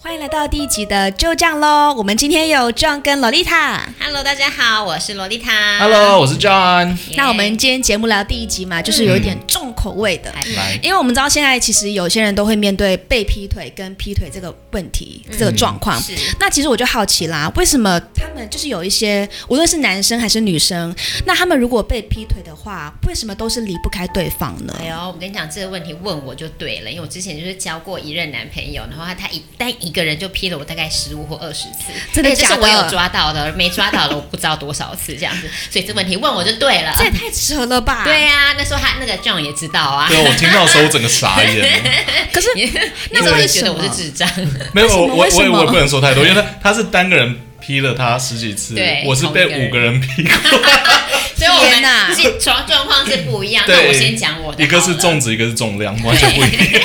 欢迎来到第一集的就这样喽。我们今天有 John 跟 Lolita。 Hello，大家好，我是洛丽塔。 Hello，我是 John。 Yeah 那我们今天节目聊第一集嗯嘛，就是有一点重口味的，来，因为我们知道现在其实有些人都会面对被劈腿跟劈腿这个问题、这个状况。嗯是那其实我就好奇啦，为什么他们就是有一些，无论是男生还是女生，那他们如果被劈腿的话，为什么都是离不开对方呢？哎呦，我跟你讲这个问题问我就对了，因为我之前就是交过一任男朋友，然后他他一单一个人就劈了我大概十五或二十次，哎真的而且这假是的我有抓到的，没抓到的我不知道多少次这样子，所以这问题问我就对 了。这也太扯了吧！啊对呀、那时候他那个 John 也知道啊，对我听到的时候我整个 傻眼，可是你那怎么为会什觉得我是 么智障？没有我我为什我也么我也不能说太多，因为他他是单个人劈了他十几次对，我是被同一个人五个人劈过，所以我天哪们是状状况是不一样。那对我先讲我的好了，一个是重质，一个是重量，完全不一样。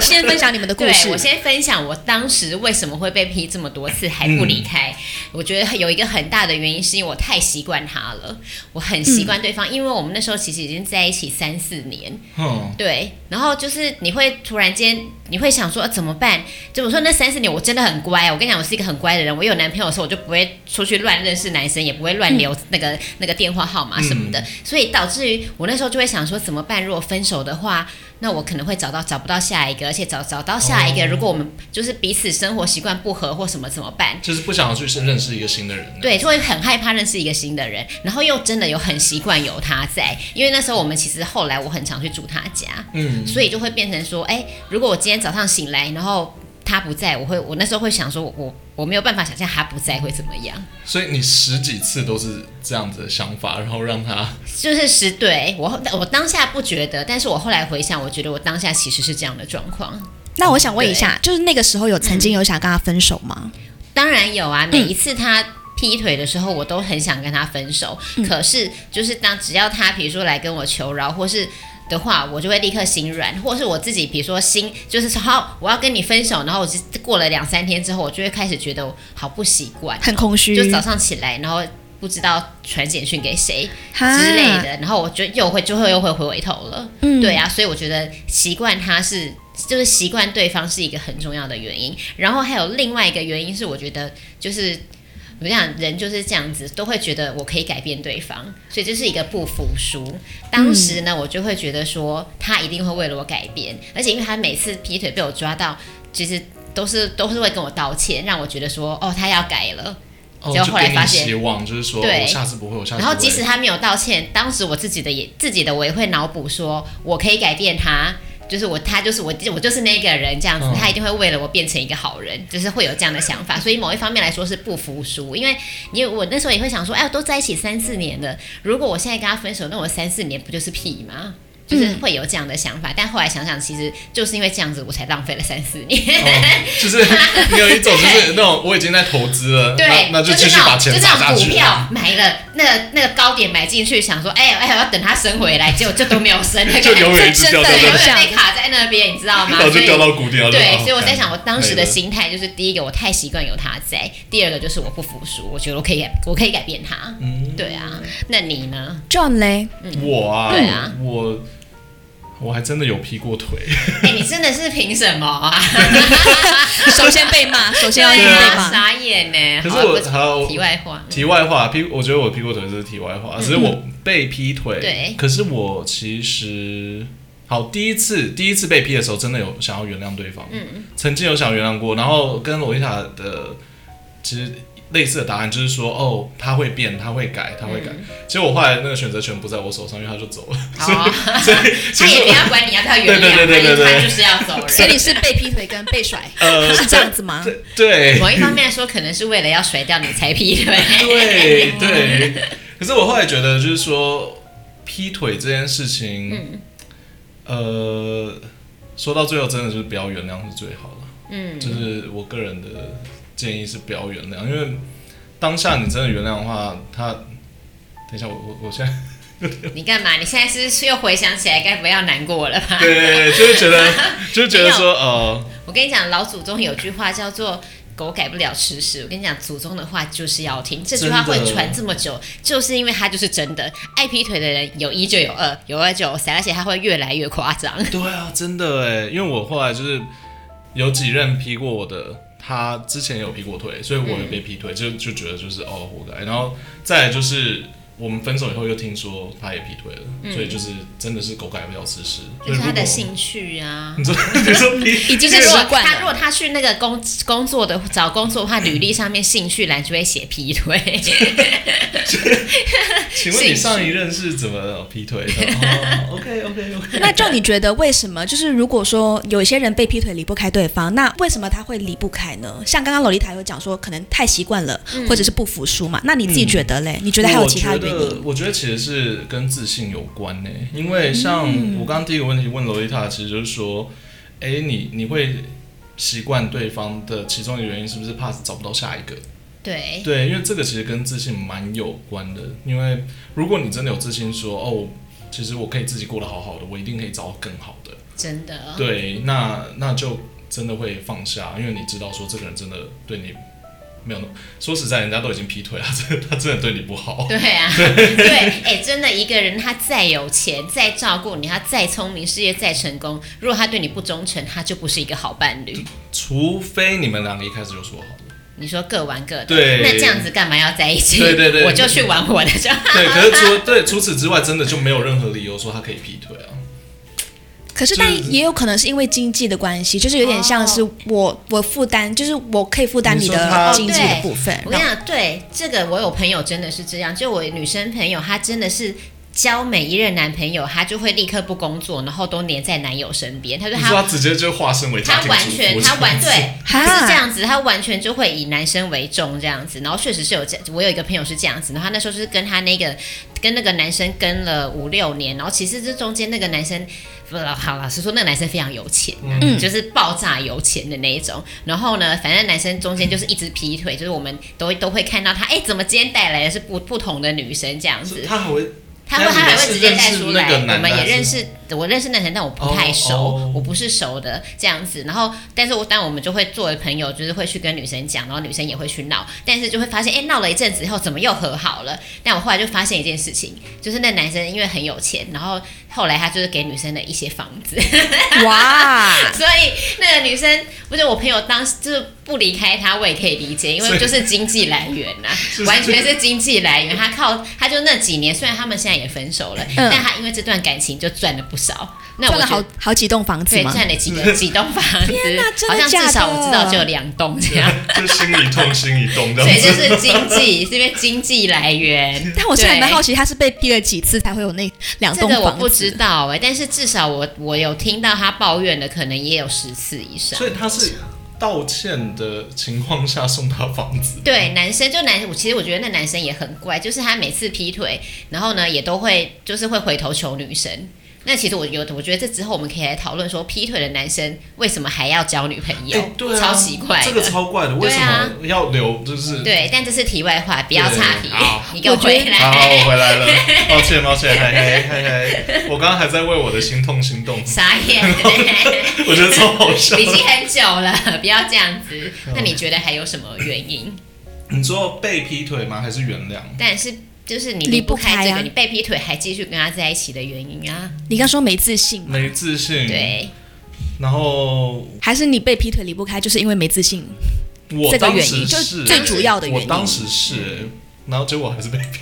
先分享你们的故对，事我。先分享我当时为什么会被批这么多次还不离开。嗯我觉得有一个很大的原因是因为我太习惯他了，我很习嗯惯对方，因为我们那时候其实已经在一起三四年，嗯，对。然后就是你会突然间，你会想说、呃怎么办？就我说那三四年我真的很乖，我跟你讲，我是一个很乖的人。我有男朋友的时候，我就不会出去乱认识男生，也不会乱留那个、那个电话号码什么的。所以导致于我那时候就会想说，怎么办？如果分手的话，那我可能会找到找不到下一个，而且找找到下一个，哦如果我们就是彼此生活习惯不合或什么怎么办？就是不想要去认识一个新的人。对，就会很害怕认识一个新的人，然后又真的有很习惯有他在，因为那时候我们其实后来我很常去住他家，嗯，所以就会变成说，哎、如果我今天早上醒来，然后他不在，我会，我那时候会想说，我我我没有办法想象他不在会怎么样，所以你十几次都是这样子的想法，然后让他就是是对我我当下不觉得，但是我后来回想，我觉得我当下其实是这样的状况。那我想问一下，就是那个时候有曾经有想跟他分手吗？当然有啊，每一次他。劈腿的时候，我都很想跟他分手，可是就是当只要他比如说来跟我求饶，或是的话，我就会立刻心软，或是我自己比如说心就是说好，我要跟你分手，然后我就过了两三天之后，我就会开始觉得我好不习惯，很空虚，就早上起来，然后不知道传简讯给谁哈之类的，然后我就又会就会又会回回头了。嗯对啊，所以我觉得习惯他是就是习惯对方是一个很重要的原因，然后还有另外一个原因是我觉得就是。我想人就是这样子，都会觉得我可以改变对方，所以这是一个不服输。当时呢，我就会觉得说他一定会为了我改变，而且因为他每次劈腿被我抓到，其实都是都是会跟我道歉，让我觉得说哦他要改了，哦，结果就后来给发你现希望，就是说对我下次不会，我下次不会。欸然嗯后 即使他没有道歉，当时我自己的也自己的我也会脑补说，我可以改变他，就是我他就是我我就是那个人这样子，嗯他一定会为了我变成一个好人，就是会有这样的想法。所以某一方面来说是不服输，因为你我那时候也会想说，哎，我都在一起三四年了，如果我现在跟他分手，那我三四年不就是屁吗？就是嗯会有这样的想法，但后来想想，其实就是因为这样子，我才浪费了三四年。哦就是你有一种就是那种我已经在投资了，对，那那就继是续那把种钱就砸那下种股去。票买了，那个那个高点买进去，想说，哎、哎，我要等它升回来，结果就都没有 升，就永远一直这真掉的对，掉掉永掉，远被卡在那边，你知道 吗？然后所就以掉到谷底了。哎对，哦所以我在想，我当时的没了心态就是，第一个我太习惯有他在，第二个就是我不服输，我觉得我可以改，我可以改变他。嗯对啊，那你呢？ John 嘞， 我啊，对啊我我还真的有劈过腿，哎、你真的是凭什么啊？首先被骂，首先要先对被啊，骂。傻眼呢。可是好我不好题外话，嗯题外话劈，我觉得我劈过腿是题外话，只是我被劈腿。对可是我其实好第一次第一次被劈的时候，真的有想要原谅对方，嗯，曾经有想原谅过，然后跟罗伊塔的其实类似的答案就是说，哦，他会变，他会改，他会嗯改。结果我后来那个选择权不在我手上，因为他就走了，所哦以所以 其他实也不我要管你要不要原谅，对对对对对他对他就是要走人。所以你是被劈腿跟被甩呃是这样子吗？对对 某一方面来说，可能是为了要甩掉你才劈腿。对对，可是我后来觉得，就是说劈腿这件事情，呃，说到最后，真的就是不要原谅是最好的。嗯，就是我个人的建议是不要原谅，因为当下你真的原谅的话，他等一下我我我现在 你干嘛？你现在是是又回想起来，该不会要难过了吧？对，就是觉得就是觉得说呃，我跟你讲，老祖宗有句话叫做“狗改不了吃屎”。我跟你讲，祖宗的话就是要听，这句话真会的传这么久，就是因为它就是真的。爱劈腿的人有一就有 二，有二就有三，而且他会越来越夸张。欸对啊，真的哎，因为我后来就是有几任劈过我的，他之前也有劈过腿，所以我也被劈嗯腿，就就觉得就是哦活该。然后再来就是我们分手以后又听说他也劈腿了，所以就是真的是狗改不了吃屎。嗯所就以是如他的果兴趣啊。你说 你说劈已经就是是如习果惯他如了。果他去那个工工作的找工作的话，履历上面兴趣栏就会写劈 腿，请问你上一任是怎么劈腿 的？哦，OK OK OK。那就你觉得为什么？就是如果说有一些人被劈腿离不开对方，那为什么他会离不开呢？像刚刚洛丽塔有讲说，可能太习惯了，嗯或者是不服输嘛。那你自己觉得嘞？你觉得还有其他原嗯我觉因得？我觉得其实是跟自信有关呢、因为像嗯我刚刚第一个问题问罗丽塔，其实就是说，哎、你你会习惯对方的其中一个原因是不是怕找不到下一个？对，对，因为这个其实跟自信蛮有关的。因为如果你真的有自信说，哦，其实我可以自己过得好好的，我一定可以找到更好的。哦真的，对，那那就真的会放下，因为你知道说这个人真的对你没有那么说实在，人家都已经劈腿了，这他真的对你不好。对 啊，对，哎、真的，一个人他再有钱，再照顾你，他再聪明，事业再成功，如果他对你不忠诚，他就不是一个好伴侣。除非你们两个一开始就说好了。你说各玩各的，对那这样子干嘛要在一起？对对对我就去玩我的就好。对，可 是除对除此之外，真的就没有任何理由说他可以劈腿啊。可是，就但是也有可能是因为经济的关系，就是有点像是哦我我负担，就是我可以负担你你说他的经济的部分。我然跟你后讲，哦对这个，我有朋友真的是这样，就我女生朋友，她真的是。交每一任男朋友，她就会立刻不工作，然后都黏在男友身边。她说你她说他直接就化身为家他庭完主全，妇，他完这样子对，他是哈这样子，他完全就会以男生为重这样子。然后确实是有这，我有一个朋友是这样子，然后他那时候就是跟他那个跟那个男生跟了五六年，然后其实这中间那个男生，不好老实说，那个男生非常有钱、啊，嗯就是爆炸有钱的那一种。然后呢，反正男生中间就是一直劈腿，就是我们都都会看到他，哎、怎么今天带来的是不不同的女生这样子是。他还会 他会，那你他们还会是直接认带识出那来。个我男们也的还是认识，我认识那人，但我不太熟，哦哦我不是熟的这样子。然后，但是我但我们就会作为朋友，就是会去跟女生讲，然后女生也会去闹，但是就会发现，哎、闹了一阵子以后，怎么又和好了？但我后来就发现一件事情，就是那男生因为很有钱，然后后来他就是给女生的一些房子，哇， 所以那个女生不是我朋友当时就是不离开他，我也可以理解，因所为以就是经济来源呐、 是完全是经济来源。他靠他就那几年，虽然他们现在也分手了，嗯但他因为这段感情就赚了不少。那我赚了觉好得好几栋房子对吗？赚了几 个几栋房子哪，好真的像假至的少我知道就有两栋这 样。就心里痛心里动这所样以就子。是经济，是因为经济来源。 但我现在蛮对好奇，他是被劈了几次才会有那两这栋个我房不子？知道哎、但是至少我我有听到他抱怨的，可能也有十次以上。所以他是道歉的情况下送他房子。对，男生就男，我其实我觉得那男生也很怪，就是他每次劈腿，然后呢也都会就是会回头求女生。那其实我有，我觉得这之后我们可以来讨论说，劈腿的男生为什么还要交女朋友，哎对啊，超奇怪这个的。超怪的，为对什啊么要留？就是对，但这是题外话，不要对岔题好，你给我我觉得回来。啊好，我回来了，抱歉抱歉，嗨嗨嗨嗨，我刚刚还在为我的心痛心 动，傻眼，我觉得超好 笑的。已经很久 了，不要这样子。那你觉得还有什么原因？你说被劈腿吗？还是原谅？但是就是你离离不不开开这个，啊你被劈腿还继续跟他在一起的原因啊？你刚说没自信吗？没自信，，对，然后还是你被劈腿离不开，就是因为没自信？我这个当原时因就是最主要的原因我当时是、然后结果还是被劈，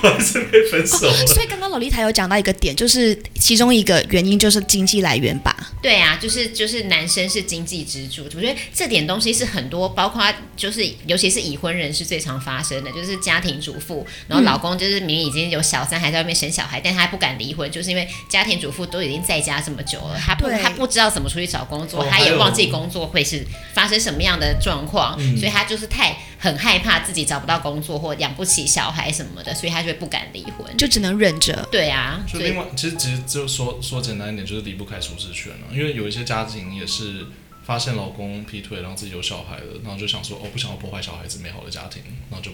我还是被分手 了。哦所以刚刚洛丽塔有讲到一个点，就是其中一个原因就是经济来源吧？对啊，就是就是男生是经济支柱，我觉得这点东西是很多，包括就是尤其是已婚人是最常发生的，就是家庭主妇，然后老嗯公就是明明已经有小三，还在外面生小孩，但他不敢离婚，就是因为家庭主妇都已经在家这么久了，他不对他不知道怎么出去找工作，哦他也还有忘记工作会是发生什么样的状况，嗯所以他就是太很害怕自己找不到工作或养不起小孩什么的，所以他就会不敢离婚。就只能忍着。对啊，所就以另外，其实其实就说说简单一点，就是离不开舒适圈了、啊因为有一些家庭也是发现老公劈腿，然后自己有小孩了，然后就想说，哦，不想要破坏小孩子美好的家庭，然后就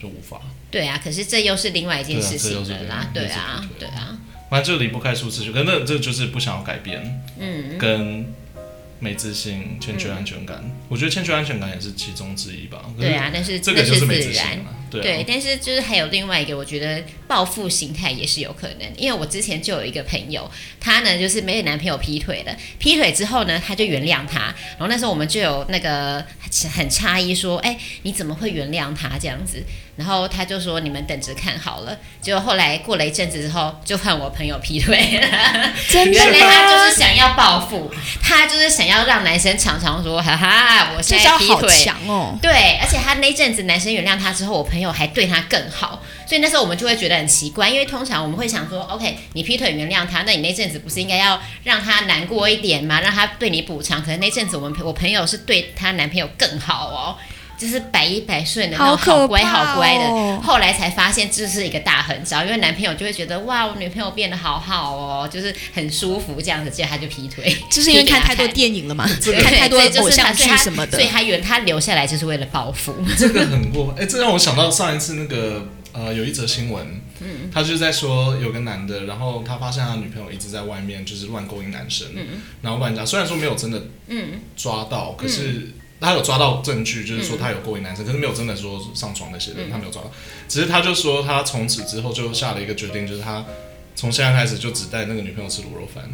就无法，对啊，可是这又是另外一件对啊事这情又是了另啦，外对一件事啊情，对对啊，反正就离不开舒适圈。可是那这就是不想要改变，嗯。跟没自信、嗯欠缺安全感。我觉得欠缺安全感也是其中之一吧。可是对啊，但是嗯这个那就是是没自自信然了。对啊对，但是就是还有另外一个，我觉得报复心态也是有可能，因为我之前就有一个朋友，她呢就是没有男朋友劈腿了，劈腿之后呢，她就原谅他，然后那时候我们就有那个很诧异说，哎，你怎么会原谅他这样子？然后他就说你们等着看好了。结果后来过了一阵子之后，就换我朋友劈腿 了，真的原来他吗？就是想要报复，他就是想要让男生常常说，哈哈，我这现在招劈好腿。强哦！对，而且他那阵子男生原谅他之后，我朋友还对他更好，所以那时候我们就会觉得很奇怪，因为通常我们会想说，OK，你劈腿原谅他，那你那阵子不是应该要让他难过一点吗？让他对你补偿。可能那阵子我们我朋友是对她男朋友更好哦，就是百依百顺的那好种，可怕哦哦好乖好乖的。后来才发现这是一个大狠招，因为男朋友就会觉得哇，我女朋友变得好好哦，就是很舒服这样子，结果他就劈腿，就是因为看太多劈给电影了嘛，他看太多对就是偶像他所以剧他什么的所以。他原他留下来就是为了报 复。这个很过分，哎、这让我想到上一次那个呃，有一则新闻，嗯，他就是在说有个男的，然后他发现他女朋友一直在外面就是乱勾引男生，嗯，然后乱讲，虽然说没有真的嗯抓到，可是他有抓到证据，就是说他有勾引男生，可是没有真的说上床那些的，他没有抓到，只是他就说他从此之后就下了一个决定，就是他从现在开始就只带那个女朋友吃卤肉饭。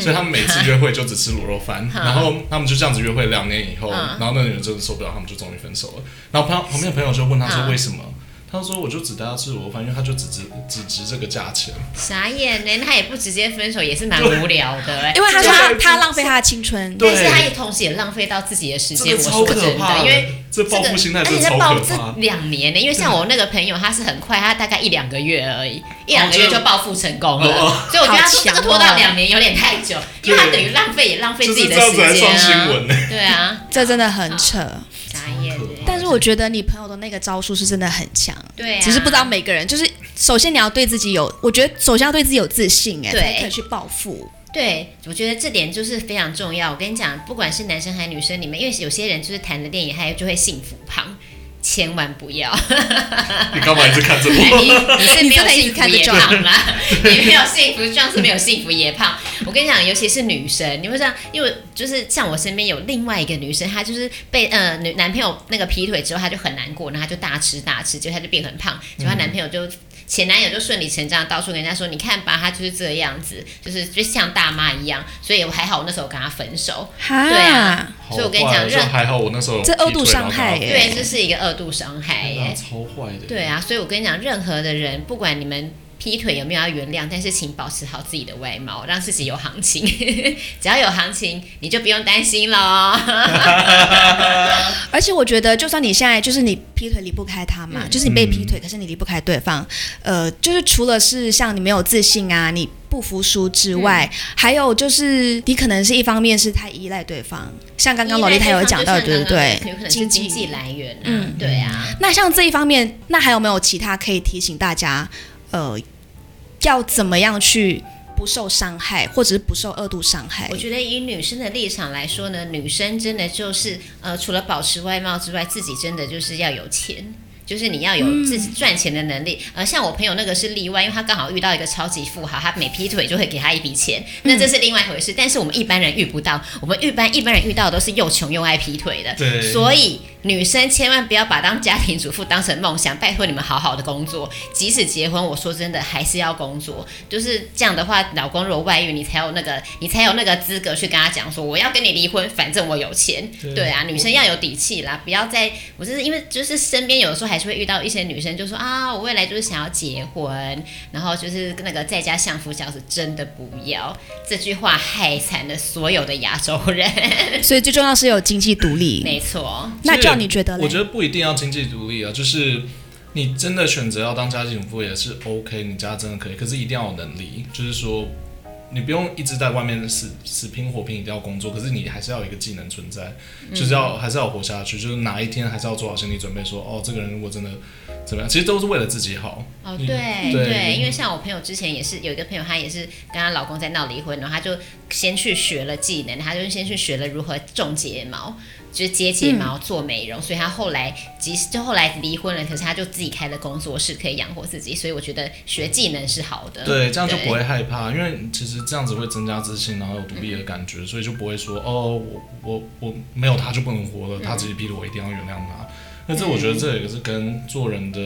所以他们每次约会就只吃卤肉 饭，哈然后他们就这样子约会两年以后，嗯然后那女人真的受不了，他们就终于分手了。然后旁旁边的朋友就问他说嗯为什么？他说我就只带他吃卤肉饭，因为他就只值只值这个价钱。傻眼呢，他也不直接分手，也是蛮无聊的、 欸。因为他说他对他浪费他的青春，对但是他也同时也浪费到自己的时这间。个我超说可真怕的，因为这这报个，复心态而真且的他超报可这怕。两年呢、因为像我那个朋友，他是很快，他大概一两个月而已，一两个月就报复成功了。哦哦所以我觉得他说好这强哦个拖到两年有点太久，因为他等于浪费也浪费就自己的是这样时子还间上新啊。闻呢、对啊，这真的很扯。傻眼超可怕欸。但是我觉得你朋友的那个招数是真的很强，对啊，只是不知道每个人。就是首先你要对自己有，我觉得首先要对自己有自信，哎，对才可以去报复。对，我觉得这点就是非常重要。我跟你讲，不管是男生还是女生，你们因为有些人就是谈了恋爱，他就会幸福胖，千万不要。 你干嘛一直看着你我？ 你是没有幸福也你真的一直看胖啦， 你没有幸福壮是没有幸福也胖。我跟你讲，尤其是女生，你会这样，因为就是像我身边有另外一个女生，她就是被呃女男朋友那个劈腿之后，她就很难过，然后她就大吃大吃，结果她就变很胖，结果她男朋友就。前男友就顺理成章地到处跟人家说，你看吧，她就是这样子，就是就像大妈一样，所以我还好，我那时候跟她分手。哈对啊，好所以我跟你讲，坏就任还好我那时候有这劈腿恶度伤害耶对这是一个二度伤害耶、然后他哎天哪超坏的。对啊，所以我跟你讲，任何的人，不管你们劈腿有没有要原谅，但是请保持好自己的外貌，让自己有行情。 只要有行情，你就不用担心喽。而且我觉得，就算你现在就是你劈腿离不开他嘛，嗯就是你被劈腿，可是你离不开对方。呃，就是除了是像你没有自信啊，你不服输之外，嗯还有就是你可能是一方面是太依赖对方，像刚刚萝莉她有讲到，对不对有可？能是经经济。济来源、啊，嗯对啊，那像这一方面，那还有没有其他可以提醒大家？呃，要怎么样去不受伤害，或者是不受恶度伤害我？觉得以女生的立场来说呢，女生真的就是呃，除了保持外貌之外，自己真的就是要有钱。就是你要有自己赚钱的能力，呃，像我朋友那个是例外，因为他刚好遇到一个超级富豪，他每劈腿就会给他一笔钱，那这是另外一回事。但是我们一般人遇不到，我们一般一般人遇到的都是又穷又爱劈腿的，对所以女生千万不要把当家庭主妇当成梦想，拜托你们好好的工作，即使结婚，我说真的还是要工作，就是这样的话，老公如果外遇，你才有那个，你才有那个资格去跟他讲说，我要跟你离婚，反正我有钱。对对啊，女生要有底气啦，不要再，我就是因为就是身边有的时候还是会遇到一些女生就说啊，我未来就是想要结婚，然后就是那个在家相夫教子，真的不要这句话害惨了所有的亚洲人。 所以最重要是有经济独立。没错，那叫你觉得嘞？我觉得不一定要经济独立啊，就是你真的选择要当家庭主妇也是 OK，你家真的可以，可是一定要有能力，就是说你不用一直在外面死死拼活拼，一定要工作，可是你还是要有一个技能存在，嗯就是要还是要活下去，就是哪一天还是要做好心理准备说哦，这个人如果真的怎么样，其实都是为了自己好。哦，嗯对对因为像我朋友之前也是有一个朋友，她也是跟她老公在闹离婚，然后她就先去学了技能，她就先去学了如何种睫毛，就是接睫毛嗯做美容，所以她后来即使就后来离婚了，可是她就自己开了工作室，可以养活自己，所以我觉得学技能是好的，对，这样就不会害怕，因为其实这样子会增加自信，然后有独立的感觉，嗯所以就不会说哦，我我我没有他就不能活了，他只是逼得我一定要原谅他。但是我觉得这也是跟做人的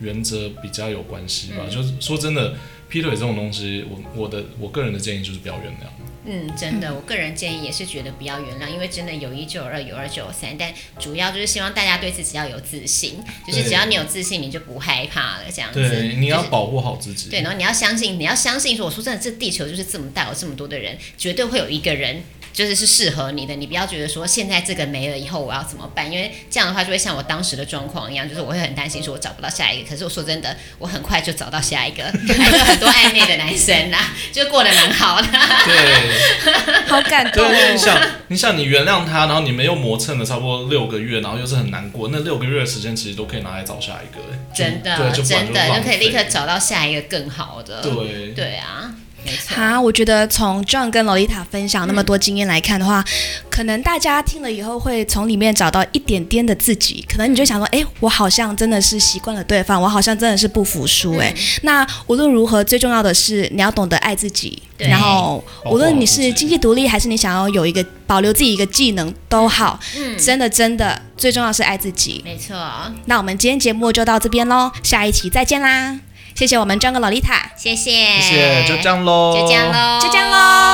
原则比较有关系嗯吧。就是说真的，劈腿这种东西，我我的我个人的建议就是不要原谅。嗯，真的，我个人建议也是觉得不要原谅，因为真的有一就有二，有二就有三，但主要就是希望大家对自己要有自信，就是对只要你有自信，你就不害怕了，这样子。对，你嗯要就是保护好自己。 对，然后你要相信，你要相信说，我说真的，这地球就是这么大，有这么多的人，绝对会有一个人就是是适合你的。你不要觉得说现在这个没了以后我要怎么办，因为这样的话就会像我当时的状况一样，就是我会很担心说我找不到下一个。可是我说真的，我很快就找到下一个， 还有很多暧昧的男生啦，就过得蛮好的。对。好感动、 对，你哦。想，你想，你原谅他，然后你们又磨蹭了差不多六个月，然后又是很难过，那六个月的时间其实都可以拿来找下一个，欸就真的，对，就不然真的浪就可以立刻费找到下一个更好的。对，对啊，没错。哈，我觉得从 John 跟 Lolita 分享那么多经验来看的话，可能大家听了以后会从里面找到一点点的自己。可能你就想说，哎，我好像真的是习惯了对方，我好像真的是不服输。哎、那无论如何，最重要的是你要懂得爱自己。对然后，保护好无论你自己是经济独立，还是你想要有一个保留自己一个技能都好，真的真的，最重要是爱自己。没错，哦那我们今天节目就到这边喽，下一期再见啦！谢谢我们 John 跟 Lolita，谢谢，谢谢，就这，样喽，哎就这样。喽，就这样喽。